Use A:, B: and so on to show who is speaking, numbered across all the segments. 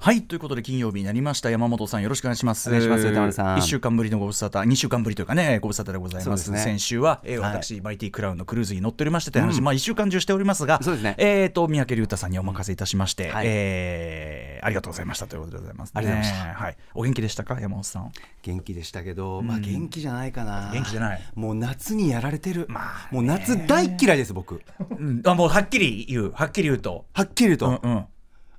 A: はいということで金曜日になりました山本さんよろしくお願いします
B: お願いします歌丸さん
A: 一週間ぶりのご無沙汰二週間ぶりというかねご無沙汰でござい
B: そう
A: ま
B: ですすね
A: 先週は、えー
B: はい
A: 私マイティクラウンのクルーズに乗っておりましてという話、まあ一週間中しておりますが
B: そうですね
A: えーと三宅龍太さんにお任せいたしまして、
B: はい
A: えーありがとうございましたということでございます、ね、
B: ありがとうございました
A: はいお元気でしたか山本さん
B: 元気でしたけど、まあ元気じゃないかな
A: 元気じゃない
B: もう夏にやられてる、
A: まあね
B: もう夏大嫌いです僕
A: うん、あもうはっきり言うはっきり言うと、
B: はっきり言う
A: う
B: と、
A: んうん、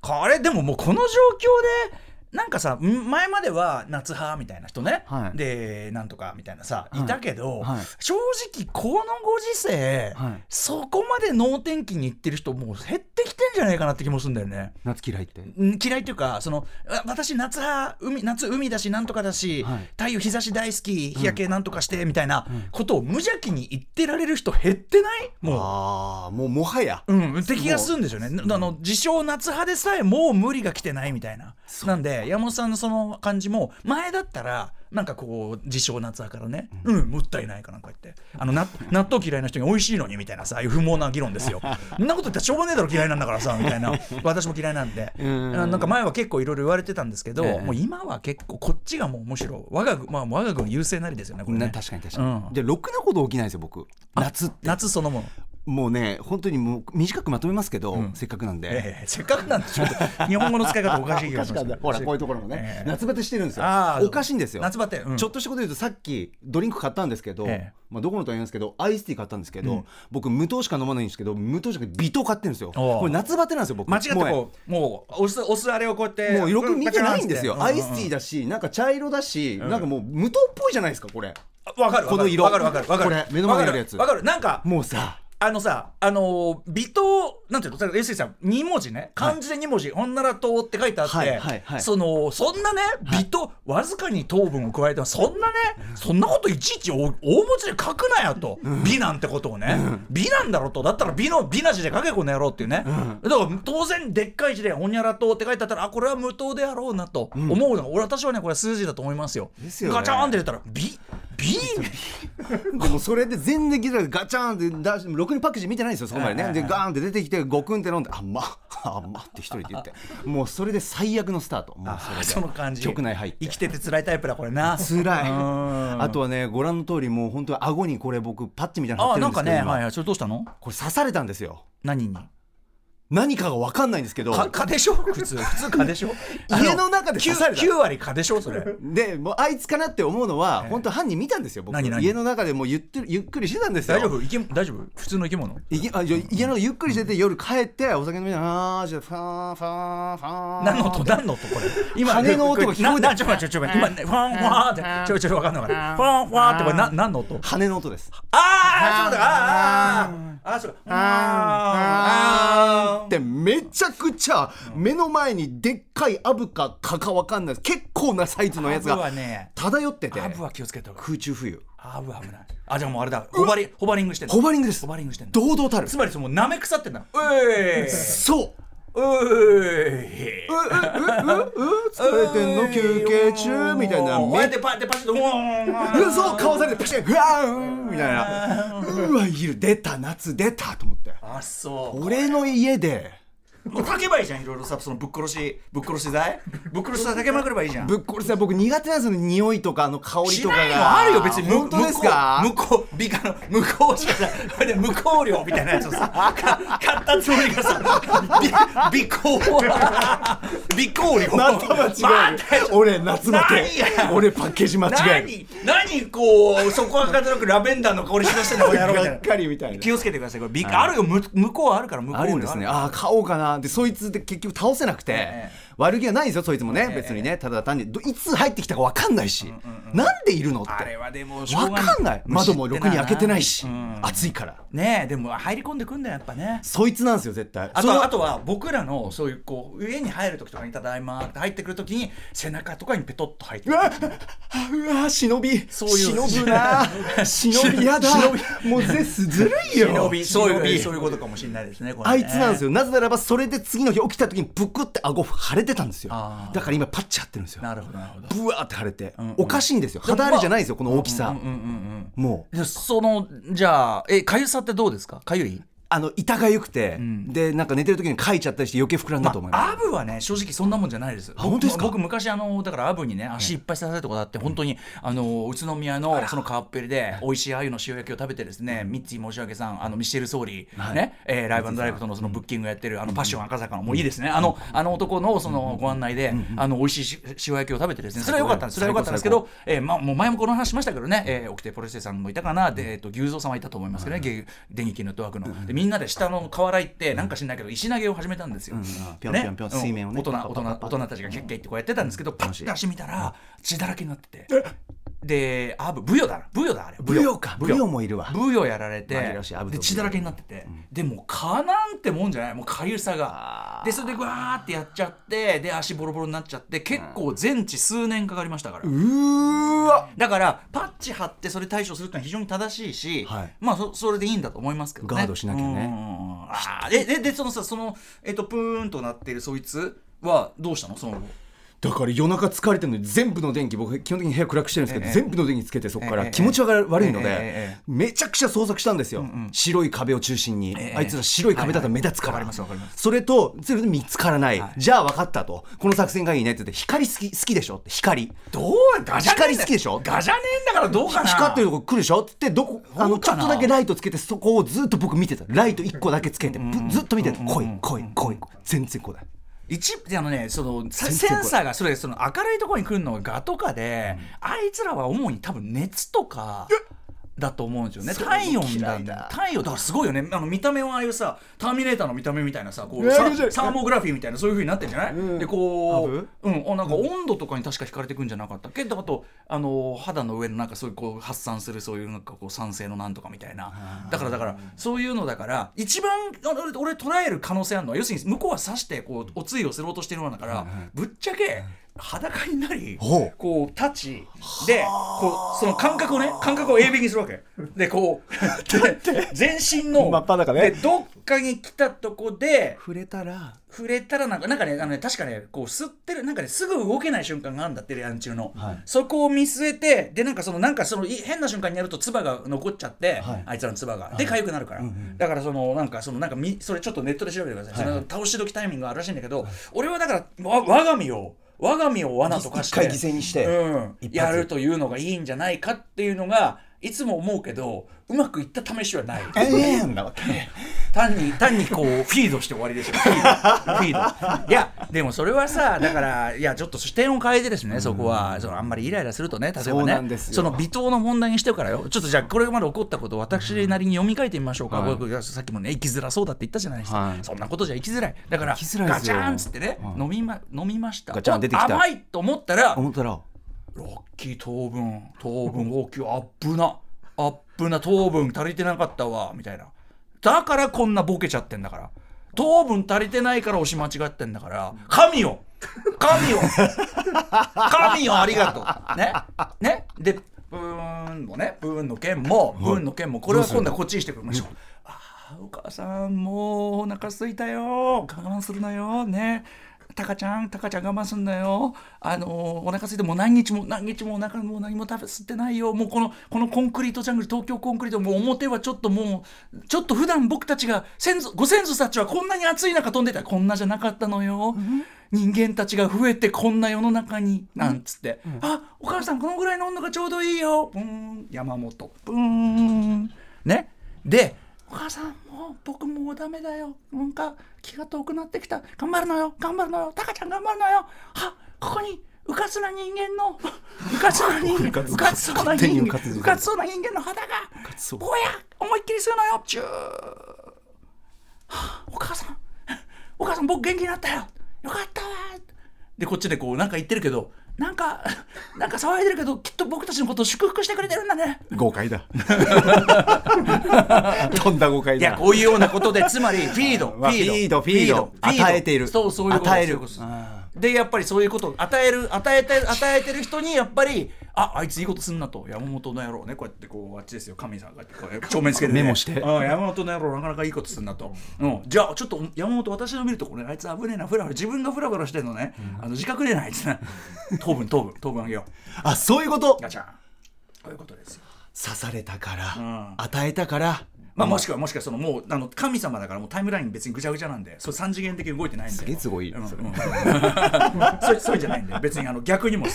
A: これでももうこの状況でなんかさん前までは夏派みたいな人ね、
B: はい
A: でなんとかみたいなさ
B: はい
A: いたけど、
B: はい
A: 正直このご時世、
B: はい
A: そこまで能天気にいってる人もう減ってきてんじゃないかなって気もするんだよね。
B: 夏嫌いって
A: うん嫌いというかそのあ私夏派海夏海だしなんとかだし、
B: はい
A: 太陽日差し大好き日焼けなんとかしてみたいなことを無邪気に言ってられる人減ってないもう
B: ああもうもはや
A: うん、って気がするんですよね、なあの自称夏派でさえもう無理が来てないみたいな、なんで、山本さんのその感じも、前だったら、なんかこう、自称夏派からね、うん、もったいないかなんか言って、あのな 納豆嫌いな人に美味しいのにみたいなさ、ああいう不毛な議論 ですよ、そんなこと言ったらしょうがねえだろ、嫌いなんだからさ、みたいな、私も嫌いなんで、
B: ん
A: あなんか前は結構いろいろ言われてたんですけど、
B: ええ
A: もう今は結構、こっちがもうむしろ、我が,、まあ、我が軍優勢なりですよね、これ
B: な
A: ね。
B: 確かに確かに、
A: うん
B: でろくなこと起きないですよ僕夏って
A: 夏そのもの、
B: もうね本当にもう短くまとめますけど、
A: うん
B: せっかくなんで、
A: ええせっかくなんでちょっと日本語の使い方おかしい気がしますけど
B: ほらこういうところもね、
A: ええ
B: 夏バテしてるんですよ
A: あー
B: おかしいんですよ
A: 夏バテうん
B: ちょっとしたこと言うとさっきドリンク買ったんですけど、
A: ええ
B: まあ、どこのとは言いますけどアイスティー買ったんですけど、
A: うん
B: 僕無糖しか飲まないんですけど無糖じゃなくて微糖買ってるんですよ
A: おう
B: これ夏バテなんですよ僕
A: 間違って
B: も
A: こうもう押す押すあれをこうやっ
B: う
A: て
B: もうよく見てないんですよ、アイスティー
A: だ
B: だしなんか茶色だし、
A: ん
B: なんかもう無糖っぽいじゃないですかこれ
A: わかるわかる
B: この色
A: わかるわかるわかる
B: これ目の前にあるやつ
A: わかるわかるなんか
B: も うさ
A: あのさあのー微糖なんていうの例えば s さん2文字ね漢字で2文字「ほんなら糖」って書いてあって、
B: はいはいはい
A: そのそんなね微糖、わずかに糖分を加えてそんなねそんなこといちいち大大文字で書くなよと、美なんてことをね、美なんだろうとだったら美の美な字で書けこの野郎っていうね、だから当然でっかい字で「ほにゃら糖」って書いてあったらあこれは無糖であろうなと思うのが、俺私はねこれ数字だと思いますよ。
B: ですよね
A: ガチャンって出たら美美
B: でもそれで全然気づかないガチャンって出してろくにパッケージ見てないんですよそこまでねでガーンって出てきてゴクンって飲んで「あんまあんま」って一人で言ってもうそれで最悪のスタートもうそれ で
A: その感じ
B: 局内入って
A: 生きてて辛いタイプだこれな
B: 辛い
A: うん
B: あとはねご覧の通りもう本当に顎にこれ僕パッチみたいなの貼
A: あ
B: っ
A: あな
B: て
A: んか
B: るんですけ
A: ね
B: ど
A: はい
B: 今
A: はいそれどうしたの
B: これ刺されたんですよ
A: 何に
B: 何かが分かんないんですけ ど
A: 蚊蚊でしょ普通普通蚊でしょ
B: 家の中で刺された
A: 9, 割蚊でしょそ れ
B: でもうあいつかなって思うのは本当犯人見たんですよ僕
A: 何何
B: 家の中でもうゆってゆっくりしてたんですよ
A: 大丈夫いけ大丈夫普通の生き物
B: いけあじゃあ家のゆっくりしてて夜帰ってお酒飲みながらあーじゃあファーンファーンファーン
A: 何の音何の音これ
B: 羽の音が聞こえてる
A: ななちょちょちょ今ねファンファーってちょちょわかんなかったファンファーってこれな何の音
B: 羽の音です
A: ああそうだああああそうだあーあ
B: でめちゃくちゃ目の前にでっかいアブか蚊かわかんないです結構なサイズのやつ
A: アブは
B: が
A: ね
B: 漂ってて
A: アブは気をつけた方がいい
B: 空中浮遊
A: アブは危ないあじゃあもうあれだホバリホバリングしてんの
B: ホバリングです
A: ホバリングしてんの
B: 堂々たる
A: つまりその舐め腐ってんだ。うえ
B: そう
A: うえ
B: ううううう疲れてんの休憩中みたいな
A: お
B: め
A: 前
B: っ
A: でパッてパッてうわ
B: うそうかわされてパシャングワーンみたいなうわいる出た夏出たと思って
A: あそう
B: 俺の家で
A: 書けばいいじゃんいろいろさそのぶっ殺しぶっ殺し剤ぶっ殺し剤だけまくればいいじゃん
B: ぶっこれさ僕苦手なんですよね匂いとかあの香り
A: し
B: とか
A: ないの
B: が
A: あるよ別にむ
B: 本当ですか
A: 向こう向こう美化の向こうしかさそれで無香料みたいなやつをさか買ったつもりがさび美香美香料
B: また間違え
A: また
B: る俺夏バテ
A: 何や
B: 俺パッケージ間違える
A: 何何こうそこはかたなくラベンダーの香りしだしてんだこの野郎みたい
B: が
A: な
B: っかりみたいな
A: 気をつけてくださいこれびあるよむ向こうはあるから向こう
B: あるんですねああ買おうかなでそいつで結局倒せなくて、
A: ええ
B: 悪気はないんですよそいつもね、
A: え
B: 別にねただ単にどいつ入ってきたか分かんないし、なんでいるのって
A: あれはでもしょう
B: 分
A: が
B: かんない窓もろくに開けてないし、
A: うん
B: 暑いから
A: ねえでも入り込んでくんだよやっぱね
B: そいつなんですよ絶対
A: あ
B: そ
A: と
B: れ
A: は
B: は
A: あとは僕らのそういうこう家に入る時とかに「ただいま」って入ってくる時に背中とかにペトッと入って
B: う
A: くる
B: わうわ忍び
A: そういう
B: 忍 ぶな忍びやだ
A: 忍
B: もうぜすずるいよ
A: 忍びそう
B: 忍
A: い
B: び
A: うそういうことかもしれないですねこれね
B: あいつなんですよなぜならばそれで次の日起きた時にぷくって顎腫れてたんですよ
A: あー
B: だから今パッチ張ってるんですよ
A: なるほどなるほど
B: ブワーって腫れて、
A: ん
B: おかしいんですよ肌荒れじゃないですよこの大きさ、
A: うんうんうん
B: もう
A: でそのじゃあえかゆさってどうですかかゆい
B: あの痛がゆくて、でなんか寝てる時に書いちゃったりして余計膨らんだと思います、
A: アブはね正直そんなもんじゃないです
B: あ本当ですか
A: 僕僕昔あのだからアブにね足いっぱい刺されたことあって本当にあの宇都宮のそのカッペリで美味しい鮎の塩焼きを食べてですねミッツィ申し訳さんあのミシェル・ソーリーねえーライブダイレクトのそのブッキングやってるあのパッション赤坂のもういいですねあのあの男のそのご案内であの美味しいし塩焼きを食べてですねそれは良かったんですそれは良かったんですけどえーまもう前もこの話しましたけどねえーオキテポルシェさんもいたかなでえっと牛蔵さんはいたと思いますけどねげ電撃ネットワークのでみんなで下の河原行ってなんか知んないけど石投げを始めたんですよ
B: あぴょんぴょんぴょん水面をね
A: 大人大人大人たちがキャッキャってこうやってたんですけどパッて足見たら血だらけになっててでアブブヨだなブヨだあれ
B: ブヨかブヨもいるわ
A: ブヨやられて
B: 紛らわしいアブとブ
A: で
B: ヨ
A: 血だらけになってて、でもう蚊なんてもんじゃないもうかゆさがでそれでわーってやっちゃってで足ボロボロになっちゃって結構全治数年かかりましたから、
B: うーわ
A: だからパッチ貼ってそれ対処するってのは非常に正しいし、
B: はい
A: まあそそれでいいんだと思いますけどね
B: ガードしなきゃね
A: うんうんうんあーえででそのさそのえっとプーンとなってるそいつはどうしたのその後
B: だから夜中疲れてるのに全部の電気僕基本的に部屋暗くしてるんですけど、
A: ええ
B: 全部の電気つけてそこか
A: え
B: ら
A: え
B: 気持ちが悪いので、
A: ええええ
B: めちゃくちゃ捜索したんですよ、白い壁を中心に、
A: ええ
B: あいつら白い壁だったら目立つから、
A: はいはいわかりますわかります
B: それとそれで見つからない、じゃあ分かったとこの作戦がいいねって言って光好き好きでしょって光
A: どうガジャ
B: 光好きでしょ
A: ガジャねえんだからどうかな
B: 光ってるとこ来るでしょって言ってどこあ
A: ど
B: の
A: う
B: ちょ
A: か
B: っ
A: な
B: とだけライトつけてそこをずっと僕見てたライト1個だけつけてぶずっと見てた来い来い来い全然来ない
A: 一であのねそのさ
B: 全
A: セ
B: 然
A: ンサーがそれその明るいところに来るのがガとかで、あいつらは主に多分熱とか。だと思うんですよね
B: それ
A: 体温
B: 嫌
A: だ
B: いだ
A: 太陽だからすごいよねあの見た目はああいうさターミネーターの見た目みたいなさこ
B: え
A: う
B: ー
A: サ
B: 面白い
A: サーモグラフィーみたいなそういうふうになってんじゃない、
B: うん
A: でこ
B: アブ
A: う、うん、おなんか温度とかに確か惹かれてくんじゃなかったっけどあとあの肌の上のなんかそういうこう発散するそういうなんかこう酸性のなんとかみたいなだからだからそういうのだから一番あの俺俺捉える可能性あるのは要するに向こうは刺してこうおつゆをすろうとしてるものだからぶっちゃけ裸になり
B: ほう
A: こう立ちでこうその感覚をね感覚を鋭敏にするわけでこ うで全身の
B: 真っ裸
A: で
B: ね
A: どっかに来たとこで
B: 触れたら
A: 触れたらなんかなんかねあのね確かねこう吸ってるなんかねすぐ動けない瞬間があるんだってレアン中の、
B: はい
A: そこを見据えてでなんかそのなんかそのい変な瞬間にやると唾が残っちゃって、
B: はい
A: あいつらの唾がで痒くなるから、だからそのなんかそのなんかみそれちょっとネットで調べてください、
B: はい
A: その倒し時タイミングがあるらしいんだけど、俺はだからわ我が身を我が身を罠とかして
B: 一回犠牲にして
A: うん、
B: 一発
A: やるというのがいいんじゃないかっていうのがいつも思うけどうまくいった試しは ない。
B: ええんなわけ
A: 単に単にこうフィードして終わりですよフィードフィードいやでもそれはさだからいやちょっと視点を変えてですねそこはそのあんまりイライラするとね例え
B: そうな
A: ば
B: ん
A: ね
B: ですよ
A: その微糖の問題にしてからよちょっとじゃあこれまで起こったことを私なりに読み替えてみましょうか、
B: はい
A: 僕さっきもね生きづらそうだって言ったじゃないですか、
B: はい
A: そんなことじゃ生きづらいだから
B: 生きづらいで
A: ガ
B: す
A: チ
B: よ
A: ャーンっつってね、
B: はい
A: 飲みま飲みました
B: ガチャン出てきた
A: 甘いと思ったら
B: 思ったら
A: ラッキー糖分糖分大きいあっぶなあっぶな糖分足りてなかったわみたいなだからこんなボケちゃってんだから糖分足りてないから押し間違ってんだから神よ神よ神よありがとうねねでブーンもねブーンの件もブーンの件もこれは今度はこっちにしてくれましょうあーお母さんもうお腹すいたよ我慢するなよねタカちゃんタカちゃん我慢すんなよあのーお腹すいてもう何日も何日もお腹もう何も食べ吸ってないよもうこのこのコンクリートジャングル東京コンクリートもう表はちょっともうちょっと普段僕たちが先祖ご先祖たちはこんなに暑い中飛んでたこんなじゃなかったのよ、人間たちが増えてこんな世の中になんつって、あお母さんこのぐらいの温度がちょうどいいよブーン山本ブーンねでお母さんもう僕もうダメだよなんか気が遠くなってきた頑張るのよ頑張るのよタカちゃん頑張るのよあここにうかつな人間のうかつな人間
B: うかつ
A: うかつそうな
B: 勝手に
A: 人
B: う
A: 間
B: かつ
A: うかつそうな人間の肌が
B: そう
A: ぼや思いっきりするのよチューはあお母さんお母さん僕元気になったよよかったわでこっちでこうなんか言ってるけどなんかなんか騒いでるけどきっと僕たちのことを祝福してくれてるんだね
B: 誤解 だ飛んだ誤解
A: いやこういうようなことでつまり フィード
B: まあフィードフィード与えている
A: そうそういうこと
B: 与える
A: そういうことですでやっぱりそういうことを与える与えて与えてる人にやっぱりああいついいことすんなと山本の野郎ねこうやってこうあっちですよ神さんがこうやって正面つけて、ね、
B: メモして
A: うん山本の野郎なかなかいいことすんなと、うん、じゃあちょっと山本私の見るとこれあいつ危ねえなフラフラ自分がフラフラしてんのね、あの自覚ねえなあいつ な糖分糖分糖分あげよう
B: あそういうこと
A: ガチャンこういうことですよ
B: 刺されたから、
A: ん
B: 与えたから
A: まあ、もしくはもしくはそのもうあの神様だからもうタイムライン別にぐちゃぐちゃなんでそれ3次元的に動いてないんです
B: げえ都合いい
A: うんうん、
B: そ
A: そ
B: れ
A: れそれじゃないんで別にあの逆にも進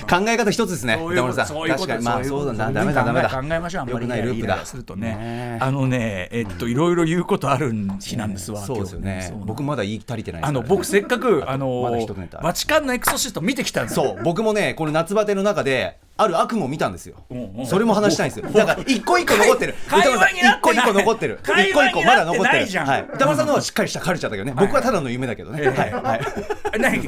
A: むから
B: 考え方一つですね
A: そうい
B: 歌
A: うこ
B: 丸
A: と
B: さん
A: そういうこと
B: 確かにまあ
A: そい
B: そう
A: こ
B: だ
A: と
B: なダメだダメだ
A: 考え考えましょうあんま
B: よ
A: り
B: くないループ
A: イライ
B: だ
A: ラするとね
B: ねえ
A: あのねえっといろいろ言うことある日なんですわ、
B: そうですよ
A: 今日
B: ね
A: そう
B: 僕まだ言い足りてないです
A: あ
B: から
A: の
B: ね
A: 僕せっかくあの
B: まだ一ネタある
A: バチカンのエクソシスト見てきたんですよ
B: そう僕もねこの夏バテの中である悪夢を見たんですよ
A: うんうん
B: それも話したいんですよだから一個一個残ってる
A: 会
B: 歌丸さ
A: 会
B: ん
A: 話にな
B: 一
A: って
B: 個
A: ない
B: 一個残ってる
A: 会
B: 一個一
A: 話
B: 個
A: に
B: まだ
A: なって
B: 残って
A: な
B: る
A: いじゃん
B: はい歌丸さんの方はしっかりしたカルチャーだけどね僕はただの夢だけどねはいはい
A: え何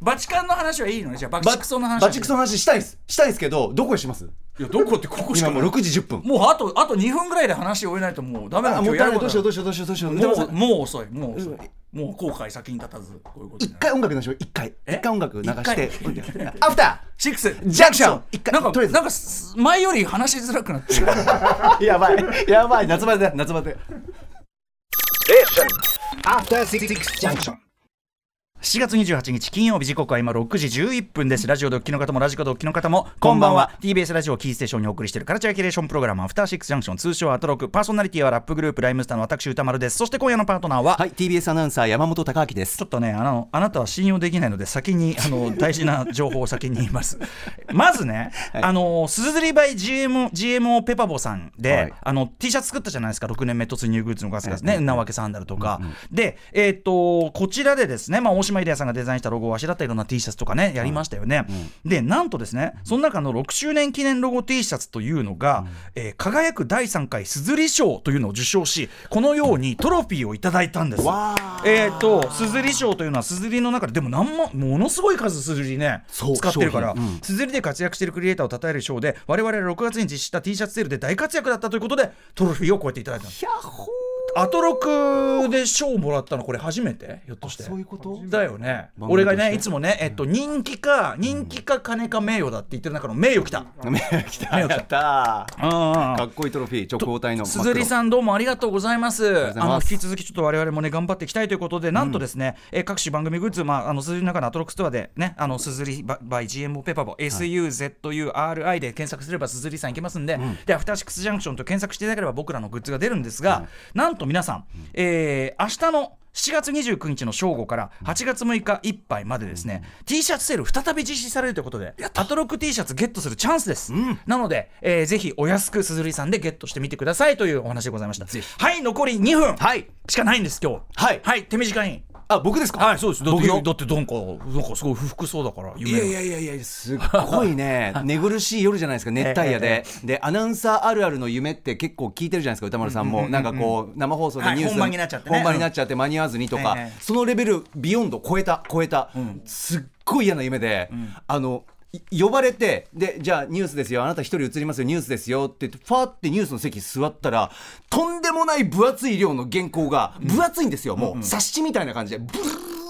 A: バチカンの話はいいのねじゃあ バチクソの話
B: バチクソ
A: の
B: の話したいんですしたいんですけどどこにします
A: いやどこってここし
B: 今
A: か
B: もう6時10分
A: もうあとあと2分ぐらいで話終えないともうダメな
B: あ
A: の
B: も
A: 今
B: っ
A: 日や
B: たい
A: る
B: な
A: こと
B: いどうしようどうしようどうしようどうしよう
A: で
B: で
A: も
B: も
A: うもう遅いもう遅いもう後悔先に立たずこういうことにな
B: 一
A: る
B: 回音楽流しましょう一回
A: え
B: 一回音楽流して
A: 一 回
B: アフタ
A: シックス
B: ジャンクション一回
A: なんか
B: とりあえず
A: なんかす前より話しづらくなってる
B: ーやばいやばい夏バテだ夏バテ
C: After Six Junction.
A: 7月28日金曜日時刻は今6時11分ですラジオドッキの方もラジコドッキの方も
B: こんばんは
A: TBS ラジオキーステーションにお送りしているカルチャーキュレーションプログラムアフターシックスジャンクション通称アトロクパーソナリティはラップグループライムスターの私歌丸ですそして今夜のパートナーは、
B: はい TBS アナウンサー山本貴明です
A: ちょっとねあのあなたは信用できないので先にあ の大事な情報を先に言いますまずね、あのスズリバイ GM GMO ペパボさんで、
B: はい
A: あの T シャツ作ったじゃないですか6年目突入グッズの数々ね、なわけサンダルとか、でえーっとこちらでですね、まあ、大島イデアさんがデザインしたロゴをあしらったいろんな T シャツとかねやりましたよね、でなんとですねその中の6周年記念ロゴ T シャツというのが、えー輝く第3回すずり賞というのを受賞しこのようにトロフィーをいただいたんです
B: わー
A: えー、とすずり賞というのはすずりの中ででも何万ものすごい数すずりね
B: そう
A: 使ってるから
B: 商品うん
A: すずりで活躍しているクリエイターを称える賞で我々は6月に実施した T シャツセールで大活躍だったということでトロフィーをこうやっていただいたのアトロクで賞もらったのこれ初めてひょっとして
B: そういうこと
A: だよね
B: 番
A: 俺
B: 組と
A: が
B: して
A: ねいつもね、えっと、人気か人気か金か名誉だって言ってる中の名誉きた。
B: 目が来 たやったー
A: あ
B: かっこいいトロフィー直方体の
A: 鈴木さんどうもありがとうございます。
B: とうござ
A: あ
B: い
A: の
B: ます
A: 引き続きちょっと我々もね頑張っていきたいということで、なんとですね、えー各種番組グッズまああの鈴木の中のアトロックストアでねあの鈴木 by GMO ペパボ SUZURI で検索すれば鈴木さんいけますんで、でアフターシックスジャンクションと検索していただければ僕らのグッズが出るんですが、なんと皆さん、えー明日の7月29日の正午から8月6日いっぱいまでですね、T シャツセール再び実施されるということでアトロック T シャツゲットするチャンスです、なので、えーぜひお安くすずりさんでゲットしてみてくださいというお話でございましたはい残り2分
B: はい
A: しかないんです今日
B: はい
A: はい手短に
B: あ僕ですか
A: はいそうですだっ
B: 僕
A: て
B: の
A: だってなんかなんかすごい不服そうだから
B: い
A: 夢が
B: やいやいやいやすっごい ね寝苦しい夜じゃないですか熱帯夜 で、でアナウンサーあるあるの夢って結構聞いてるじゃないですか歌丸さんも、なんかこう生放送でニュース、
A: はい本番になっちゃってね
B: 本番になっちゃって間に合わずにとか、
A: ええ
B: そのレベルビヨンド超えた超えた、すっごい嫌な夢で、あのい呼ばれてでじゃあニュースですよあなた一人映りますよニュースですよって言ってファーってニュースの席座ったらとんでもない分厚い量の原稿が分厚いんですよ、もう冊子みたいな感じでブル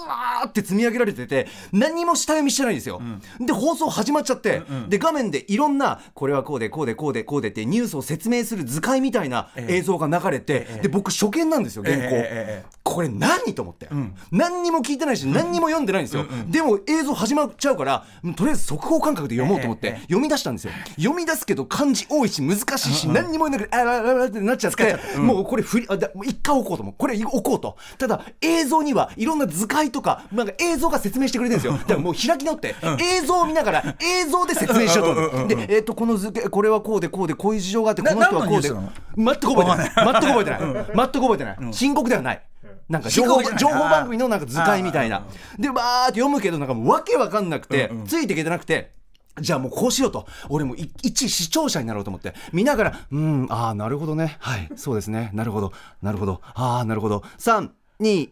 B: わーって積み上げられてて何も下読みしてないんですよ、で放送始まっちゃって、で画面でいろんなこれはこうでこうでこうでこうでってニュースを説明する図解みたいな映像が流れて、で僕初見なんですよ原稿、
A: ええええ
B: これ何と思って、何にも聞いてないし何にも読んでないんですよ、でも映像始まっちゃうからうんとりあえず速報感覚で読もうと思って、
A: えええ
B: 読み出したんですよ読み出すけど漢字多いし難しいし、何にも言えなくてあらあらあらってなっちゃって、もうこれ振りあだもう一回置こうと思うこれ置こうとただ映像にはいろんな図解とかなんか映像が説明してくれてるんですよだからもう開き直って、映像を見ながら映像で説明しようと思って、でえっ、とこの図形これはこうでこうでこういう事情があってこ
A: な
B: の人はこうで
A: 何のニュー
B: 全く覚えてない全く覚えてない全く覚えてない、深刻ではないなんか情
A: 深
B: 報
A: 刻じゃない
B: 情報番組のなんか図解みたいなでバーって読むけどなんかもうわけわかんなくて、ついていけてなくてじゃあもうこうしようと俺もい一視聴者になろうと思って見ながら「うんああなるほどねはいそうですねなるほどなるほどああなるほど321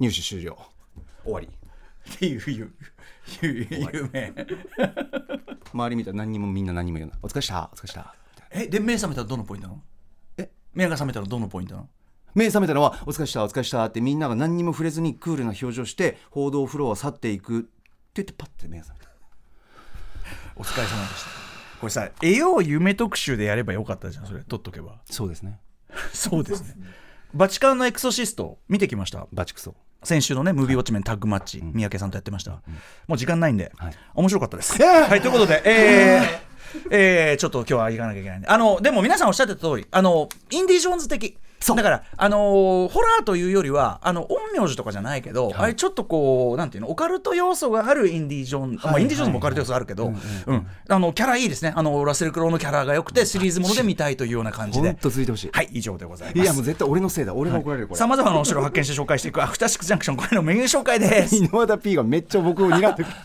B: 入手終了終わり
A: っていう 夢
B: 周り見たら何にもみんな何にも言うなお疲れっしたお疲れっした
A: えで目覚めたらどのポイントなのえ目が覚めたらどのポイントなの
B: 目覚めたのは「お疲れっしたお疲れっした」ってみんなが何にも触れずにクールな表情して報道フロアを去っていくって言ってパッて目が覚めた
A: お疲れ様でしたこれさ「栄養夢特集」でやればよかったじゃんそれ取っとけば
B: そうですね
A: そうですねバチカンのエクソシスト見てきました
B: バチクソ
A: 先週のね、ムービーウォッチメンタッグマッチ、三宅さんとやってました。もう時間ないんで、
B: はい
A: 面白かったです。
B: えー
A: はい、ということで、えー えーちょっと今日は行かなきゃいけないんであのでも皆さんおっしゃってた通りあのインディ・ジョーンズ的だからあのーホラーというよりはあの陰陽師とかじゃないけど、あれちょっとこうなんていうのオカルト要素があるインディ・ジョーンズ、まあ、インディ・ジョーンズもオカルト要素あるけど、うんあのキャラいいですねあのラッセル・クロウのキャラが良くてシリーズもので見たいというような感じ
B: ほん
A: で
B: と続いてほしい、
A: はい以上でございます
B: い、やもう絶対俺のせいだ俺が怒られるこれ、
A: さまざまなお城を発見して紹介していくアフターシックスジャンクションこれのメニュー紹介です
B: 井上田 P がめっちゃ僕を睨んでくる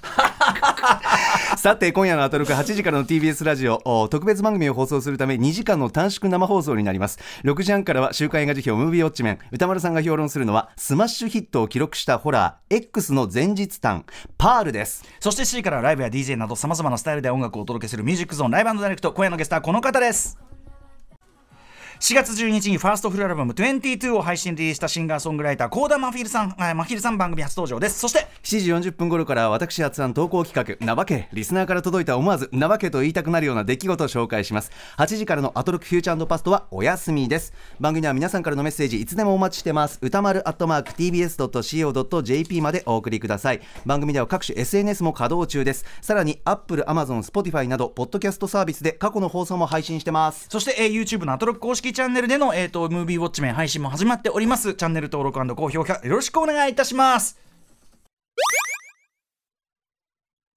B: さて今夜のアトロク8時からの TBS ラジオお特別番組を放送するため2時間の短縮生放送になります6時半からは週刊映画辞表ムービーウォッチメン歌丸さんが評論するのはスマッシュヒットを記録したホラー X の前日譚パールです
A: そして C からライブや DJ などさまざまなスタイルで音楽をお届けするミュージックゾーンライブダイレクト今夜のゲストはこの方です4月12日にファーストフルアルバム22を配信リリースしたシンガーソングライターコーダマフィルさん、えーマヒルさん番組初登場ですそして
B: 7時40分頃からは私発案投稿企画「なばけ」リスナーから届いた思わず「なばけ」と言いたくなるような出来事を紹介します8時からの「アトロックフューチャーパスト」はお休みです番組では皆さんからのメッセージいつでもお待ちしてます歌丸アットマーク TBS.CO.JP までお送りください番組では各種 SNS も稼働中ですさらに Apple、Amazon、Spotify などポッドキャストサービスで過去の放送も配信してます
A: そして、えー YouTube のアトロック公式チャンネルでの、えー、とムービーウォッチメン配信も始まっておりますチャンネル登録高評価よろしくお願いいたします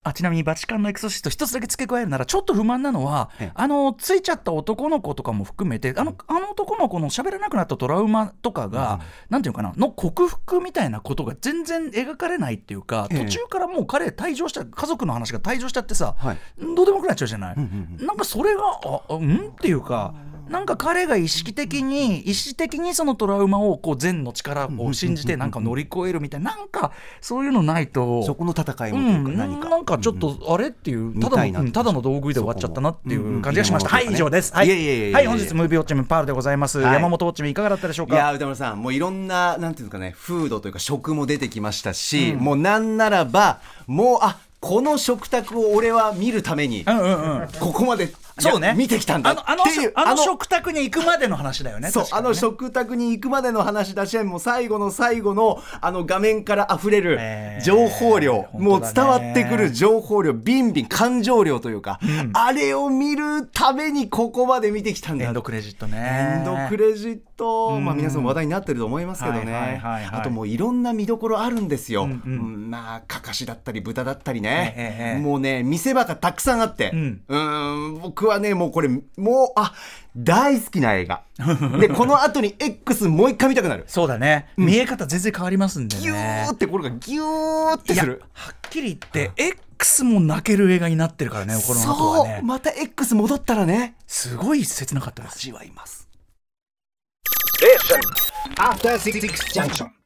A: あちなみにバチカンのエクソシスト一つだけ付け加えるならちょっと不満なのは
B: ええ
A: あのついちゃった男の子とかも含めてあのあの男の子の喋らなくなったトラウマとかが、なんていうのかなの克服みたいなことが全然描かれないっていうか
B: ええ
A: 途中からもう彼退場した家族の話が退場しちゃってさ、
B: はい
A: どうでもよくなっちゃうじゃない、なんかそれがああうんっていうかなんか彼が意識的に意識的にそのトラウマをこう善の力を信じてなんか乗り越えるみたいななんかそういうのないと
B: そこの戦いうもというんか何か、
A: なんかちょっとあれっていうた
B: 見た
A: だ
B: いな
A: のう
B: って
A: んただの道具で終わっちゃったなっていう感じがしました
B: うん
A: は
B: うん
A: い以上ですはい
B: いやいやいやいやいや
A: はい本日ムービーウォッチメンパールでございます
B: はい
A: 山本ウォッチメンいかがだったでしょう
B: いや
A: か
B: ー歌丸さん、もういろんな、なんていうんですかね、フードというか、食も出てきましたし、もうなんならば、もう、あこの食卓を俺は見るために、
A: うんうんうん
B: ここまで
A: そう
B: い
A: ね
B: や見てきたんだ
A: あのあの
B: っていう、
A: あの食卓に行くまでの話だよね
B: そう、
A: 確か
B: あ
A: にね
B: の食卓に行くまでの話だし、もう最後の最後の、あの画面から溢れる
A: えー
B: 情報量、
A: 本当だね
B: もう伝わってくる情報量、ビンビン、感情量というか、あれを見るためにここまで見てきたん
A: エ
B: だ
A: ンドクレジット
B: エ
A: ね
B: ンドクレジット、まあ、皆さんも話題になってると思いますけど
A: はいはい
B: ね、
A: はいはい
B: あともういろんな見どころあるんですよ、
A: んうん
B: うんまあ、かかしだったり、豚だったり
A: ええ
B: ね
A: え、え
B: もうね、見せ場がたくさんあって、うんーん僕はね、もうこれ、もう、あ大好きな 映画、で、この後に X、もう一回見たくなる、
A: そうだね、見え方全然変わりますんでね
B: ぎゅーって、これがぎゅーって
A: いや
B: する。
A: はっきり言って X も泣ける映画になってるからねこの後
B: そ
A: はね
B: う、また X 戻ったらね、
A: すごい切なかったです
B: 味わいます。
C: After Six Junction.